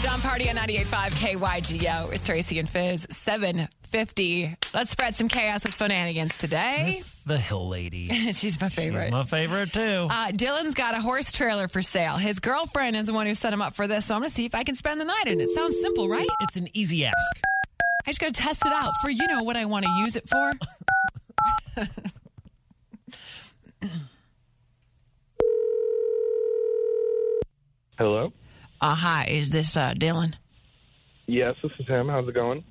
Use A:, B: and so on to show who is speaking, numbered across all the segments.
A: John Party on 98.5 KYGO. It's Tracy and Fizz, 750. Let's spread some chaos with Funanigans today.
B: The Hill Lady.
A: She's my favorite.
B: She's my favorite too.
A: uh, Dylan's got a horse trailer for sale. His girlfriend is the one who set him up for this, so I'm going to see if I can spend the night in it. Sounds simple, right?
B: it's an easy ask.
A: I just got to test it out for you know what I want to use it for.
C: Hello.
A: Uh, hi, is this uh, Dylan?
C: Yes, this is him. How's it going?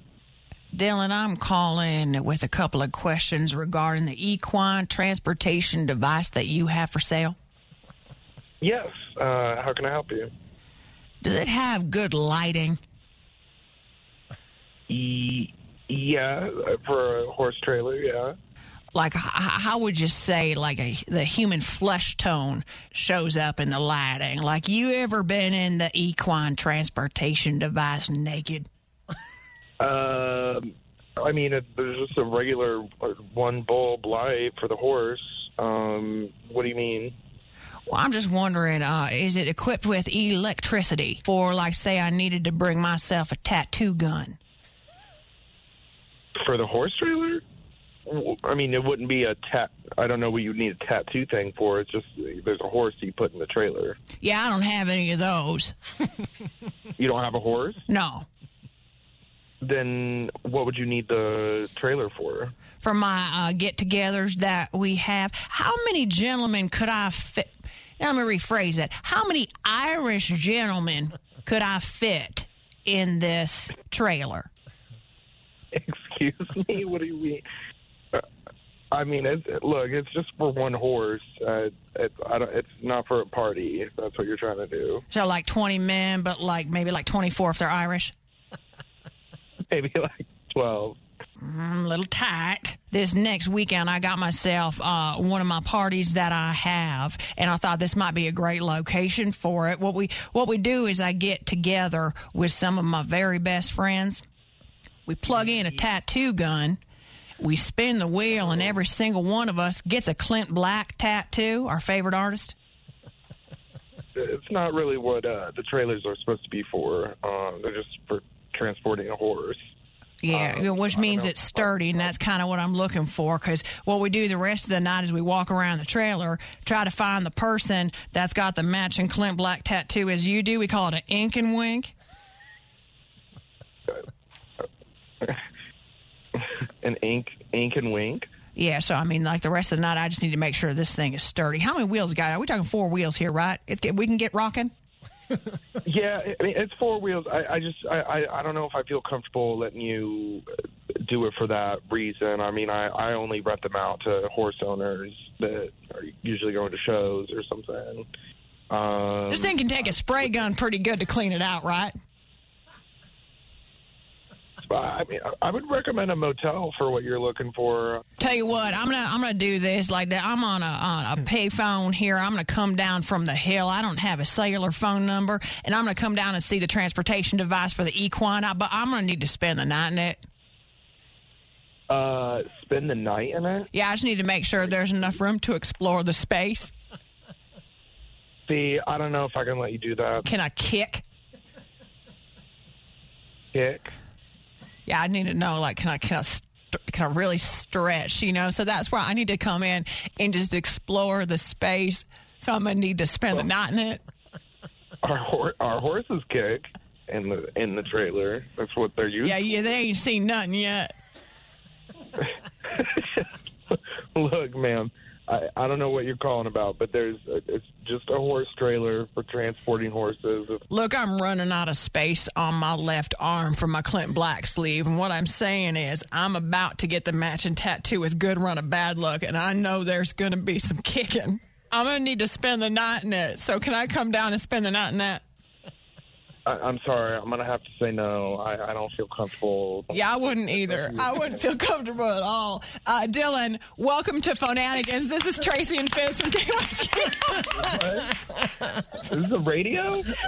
A: Dylan, I'm calling with a couple of questions regarding the equine transportation device that you have for sale.
C: Yes. Uh, how can I help you?
A: Does it have good lighting?
C: E- yeah, for a horse trailer. Yeah.
A: Like, h- h- how would you say, like, a, the human flesh tone shows up in the lighting? Like, you ever been in the equine transportation device naked?
C: Um, I mean, it, there's just a regular uh, one bulb light for the horse. Um, what do you mean?
A: Well, I'm just wondering, uh, is it equipped with electricity? For, like, say I needed to bring myself a tattoo gun.
C: For the horse trailer? W- I mean, it wouldn't be a tat. I don't know what you'd need a tattoo thing for. It's just there's a horse you put in the trailer.
A: Yeah, I don't have any of those.
C: You don't have a horse?
A: No.
C: Then what would you need the trailer for?
A: for my uh, get-togethers that we have. How many gentlemen could I fit? Let me rephrase that. How many Irish gentlemen could I fit in this trailer?
C: Excuse me? What do you mean? Uh, I mean, it's, look, it's just for one horse. Uh, it's, I don't, it's not for a party, if that's what you're trying to do.
A: So like 20 men, but like maybe like 24 if they're Irish.
C: Maybe like 12.
A: I'm a little tight. This next weekend, I got myself uh, one of my parties that I have, and I thought this might be a great location for it. What we what we do is I get together with some of my very best friends. We plug in a tattoo gun. We spin the wheel, and every single one of us gets a Clint Black tattoo, our favorite artist.
C: It's not really what uh, the trailers are supposed to be for. Um, they're just for transporting a horse.
A: Yeah, you know, which means it's sturdy, and that's kind of what I'm looking for. Because what we do the rest of the night is we walk around the trailer, try to find the person that's got the matching Clint Black tattoo as you do. We call it an ink and wink.
C: An ink, ink and wink.
A: Yeah, so I mean, like the rest of the night, I just need to make sure this thing is sturdy. How many wheels got? Are we talking four wheels here, right? It, we can get rocking.
C: Yeah, I mean, it's four wheels. I, I just, I, I, I don't know if I feel comfortable letting you do it for that reason. I mean, I, I only rent them out to horse owners that are usually going to shows or something. Um,
A: This thing can take a spray gun pretty good to clean it out, right?
C: I mean, I- I would recommend a motel for what you're looking for.
A: Tell you what, I'm gonna I'm gonna do this like that. I'm on a on a pay phone here. I'm gonna come down from the hill. I don't have a cellular phone number, and I'm gonna come down and see the transportation device for the equine. I, but I'm gonna need to spend the night in it.
C: Uh, spend the night in it.
A: Yeah, I just need to make sure there's enough room to explore the space.
C: See, I don't know if I can let you do that.
A: Can I kick?
C: Kick.
A: Yeah, I need to know like can I can I st- can I really stretch? You know, so that's where I need to come in and just explore the space. So I'm gonna need to spend the night in it.
C: Our hor- our horses kick in the in the trailer. That's what they're used.
A: Yeah, yeah, they ain't seen nothing yet.
C: Look, ma'am, I, I don't know what you're calling about, but there's uh, it's just a horse trailer for transporting horses.
A: Look, I'm running out of space on my left arm from my Clint Black sleeve. And what I'm saying is, I'm about to get the matching tattoo with good run of bad luck. And I know there's going to be some kicking. I'm going to need to spend the night in it. So, can I come down and spend the night in that?
C: I, I'm sorry, I'm gonna have to say no. I, I don't feel comfortable.
A: Yeah, I wouldn't either. I wouldn't feel comfortable at all. Uh, Dylan, welcome to Phonanigans. This is Tracy and Fizz from KYK.
C: Is this a radio?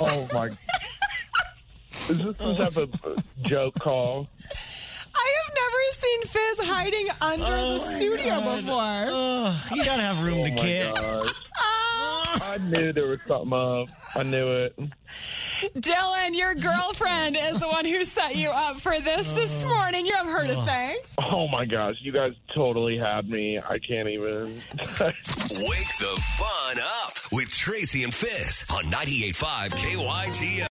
C: oh my! Is this some type of uh, joke call?
A: I have never seen Fizz hiding under the studio before.
B: Oh, you gotta have room to
C: Oh my
B: kick.
C: gosh! I knew there was something up. I knew it.
A: Dylan, your girlfriend is the one who set you up for this this morning. You haven't heard a thing.
C: Oh my gosh, you guys totally had me. I can't even.
D: Wake the fun up with Tracy and Fizz on 98.5 KYTO.